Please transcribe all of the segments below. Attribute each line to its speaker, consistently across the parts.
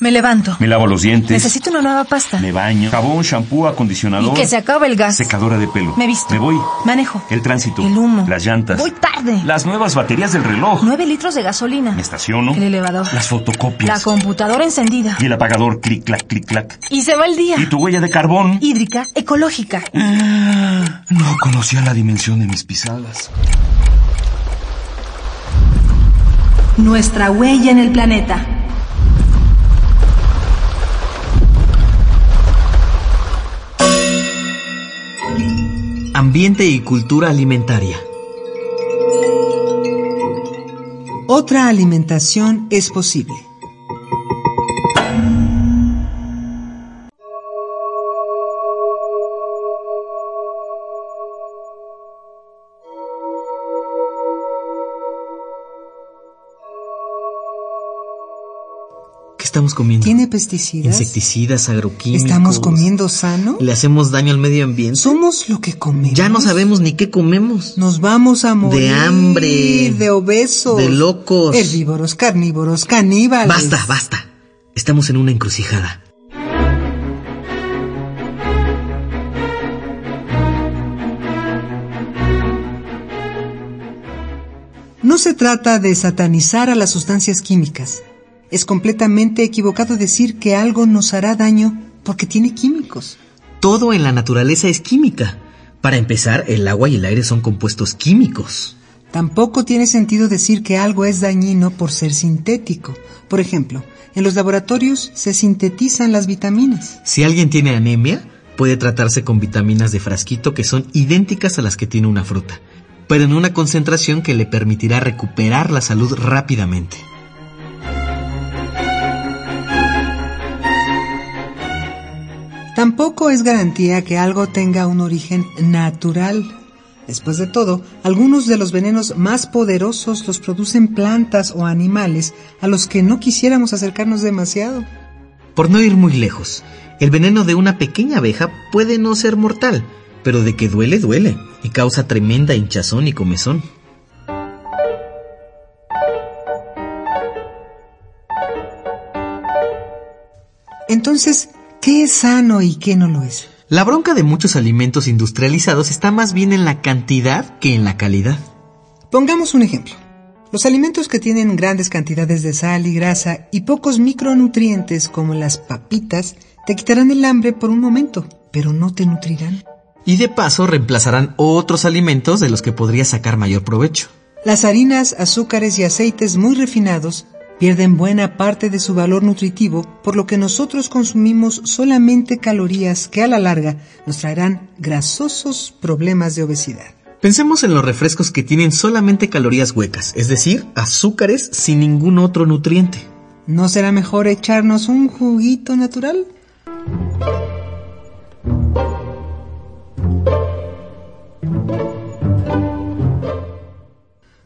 Speaker 1: Me levanto.
Speaker 2: Me lavo los dientes.
Speaker 1: Necesito una nueva pasta.
Speaker 2: Me baño. Jabón, shampoo, acondicionador.
Speaker 1: Y que se acabe el gas.
Speaker 2: Secadora de pelo.
Speaker 1: Me visto.
Speaker 2: Me voy.
Speaker 1: Manejo.
Speaker 2: El tránsito.
Speaker 1: El humo.
Speaker 2: Las llantas.
Speaker 1: Voy tarde.
Speaker 2: Las nuevas baterías del reloj.
Speaker 1: Nueve litros de gasolina.
Speaker 2: Me estaciono.
Speaker 1: El elevador.
Speaker 2: Las fotocopias.
Speaker 1: La computadora encendida.
Speaker 2: Y el apagador. Clic, clac, clic, clac.
Speaker 1: Y se va el día.
Speaker 2: Y tu huella de carbón.
Speaker 1: Hídrica, ecológica.
Speaker 2: No conocía la dimensión de mis pisadas. Mm.
Speaker 3: Nuestra huella en el planeta.
Speaker 4: Ambiente y cultura alimentaria.
Speaker 5: Otra alimentación es posible.
Speaker 4: ¿Qué estamos comiendo?
Speaker 5: ¿Tiene pesticidas?
Speaker 4: Insecticidas, agroquímicos.
Speaker 5: ¿Estamos comiendo sano?
Speaker 4: ¿Le hacemos daño al medio ambiente?
Speaker 5: ¿Somos lo que comemos?
Speaker 4: Ya no sabemos ni qué comemos.
Speaker 5: Nos vamos a morir.
Speaker 4: De hambre.
Speaker 5: De obesos.
Speaker 4: De locos.
Speaker 5: Herbívoros, carnívoros, caníbales.
Speaker 4: Basta, basta. Estamos en una encrucijada.
Speaker 5: No se trata de satanizar a las sustancias químicas. Es completamente equivocado decir que algo nos hará daño porque tiene químicos.
Speaker 4: Todo en la naturaleza es química. Para empezar, el agua y el aire son compuestos químicos.
Speaker 5: Tampoco tiene sentido decir que algo es dañino por ser sintético. Por ejemplo, en los laboratorios se sintetizan las vitaminas.
Speaker 4: Si alguien tiene anemia, puede tratarse con vitaminas de frasquito que son idénticas a las que tiene una fruta, pero en una concentración que le permitirá recuperar la salud rápidamente.
Speaker 5: Tampoco es garantía que algo tenga un origen natural. Después de todo, algunos de los venenos más poderosos los producen plantas o animales a los que no quisiéramos acercarnos demasiado.
Speaker 4: Por no ir muy lejos, el veneno de una pequeña abeja puede no ser mortal, pero de que duele, duele, y causa tremenda hinchazón y comezón.
Speaker 5: Entonces, ¿Qué es sano y qué no lo es?
Speaker 4: La bronca de muchos alimentos industrializados está más bien en la cantidad que en la calidad.
Speaker 5: Pongamos un ejemplo. Los alimentos que tienen grandes cantidades de sal y grasa y pocos micronutrientes como las papitas te quitarán el hambre por un momento, pero no te nutrirán.
Speaker 4: Y de paso reemplazarán otros alimentos de los que podrías sacar mayor provecho.
Speaker 5: Las harinas, azúcares y aceites muy refinados pierden buena parte de su valor nutritivo, por lo que nosotros consumimos solamente calorías que a la larga nos traerán grasosos problemas de obesidad.
Speaker 4: Pensemos en los refrescos que tienen solamente calorías huecas, es decir, azúcares sin ningún otro nutriente.
Speaker 5: ¿No será mejor echarnos un juguito natural?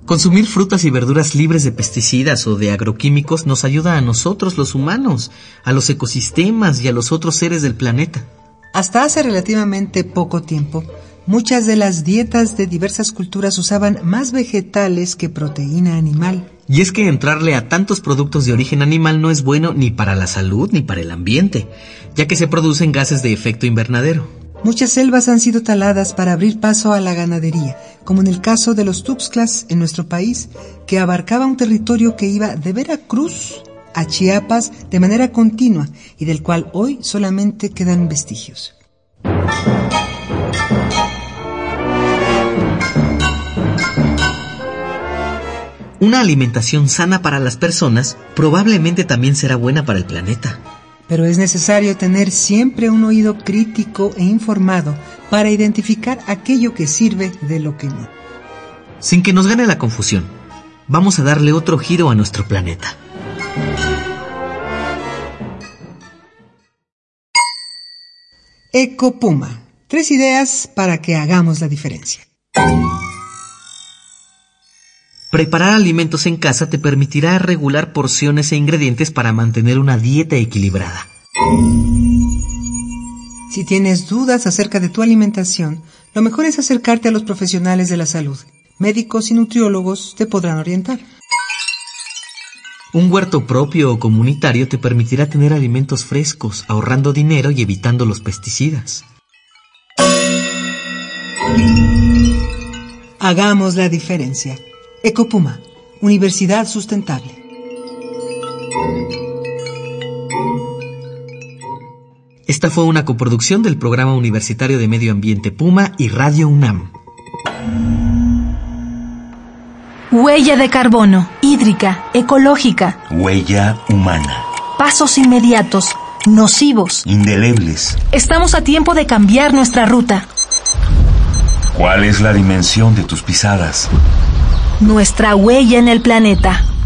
Speaker 4: Consumir frutas y verduras libres de pesticidas o de agroquímicos nos ayuda a nosotros los humanos, a los ecosistemas y a los otros seres del planeta.
Speaker 5: Hasta hace relativamente poco tiempo, muchas de las dietas de diversas culturas usaban más vegetales que proteína animal.
Speaker 4: Y es que entrarle a tantos productos de origen animal no es bueno ni para la salud ni para el ambiente, ya que se producen gases de efecto invernadero.
Speaker 5: Muchas selvas han sido taladas para abrir paso a la ganadería, como en el caso de los Tuxtlas en nuestro país, que abarcaba un territorio que iba de Veracruz a Chiapas de manera continua y del cual hoy solamente quedan vestigios.
Speaker 4: Una alimentación sana para las personas probablemente también será buena para el planeta
Speaker 5: pero es necesario tener siempre un oído crítico e informado para identificar aquello que sirve de lo que no.
Speaker 4: Sin que nos gane la confusión, vamos a darle otro giro a nuestro planeta.
Speaker 5: Eco Puma. Tres ideas para que hagamos la diferencia.
Speaker 4: Preparar alimentos en casa te permitirá regular porciones e ingredientes para mantener una dieta equilibrada.
Speaker 5: Si tienes dudas acerca de tu alimentación, lo mejor es acercarte a los profesionales de la salud. Médicos y nutriólogos te podrán orientar.
Speaker 4: Un huerto propio o comunitario te permitirá tener alimentos frescos, ahorrando dinero y evitando los pesticidas.
Speaker 5: Hagamos la diferencia. Ecopuma, Universidad Sustentable.
Speaker 4: Esta fue una coproducción del Programa Universitario de Medio Ambiente Puma y Radio UNAM.
Speaker 1: Huella de carbono, hídrica, ecológica,
Speaker 2: Huella humana.
Speaker 1: pasos inmediatos, nocivos.
Speaker 2: Indelebles.
Speaker 1: Estamos a tiempo de cambiar nuestra ruta,
Speaker 2: ¿Cuál es la dimensión de tus pisadas?
Speaker 1: nuestra huella en el planeta.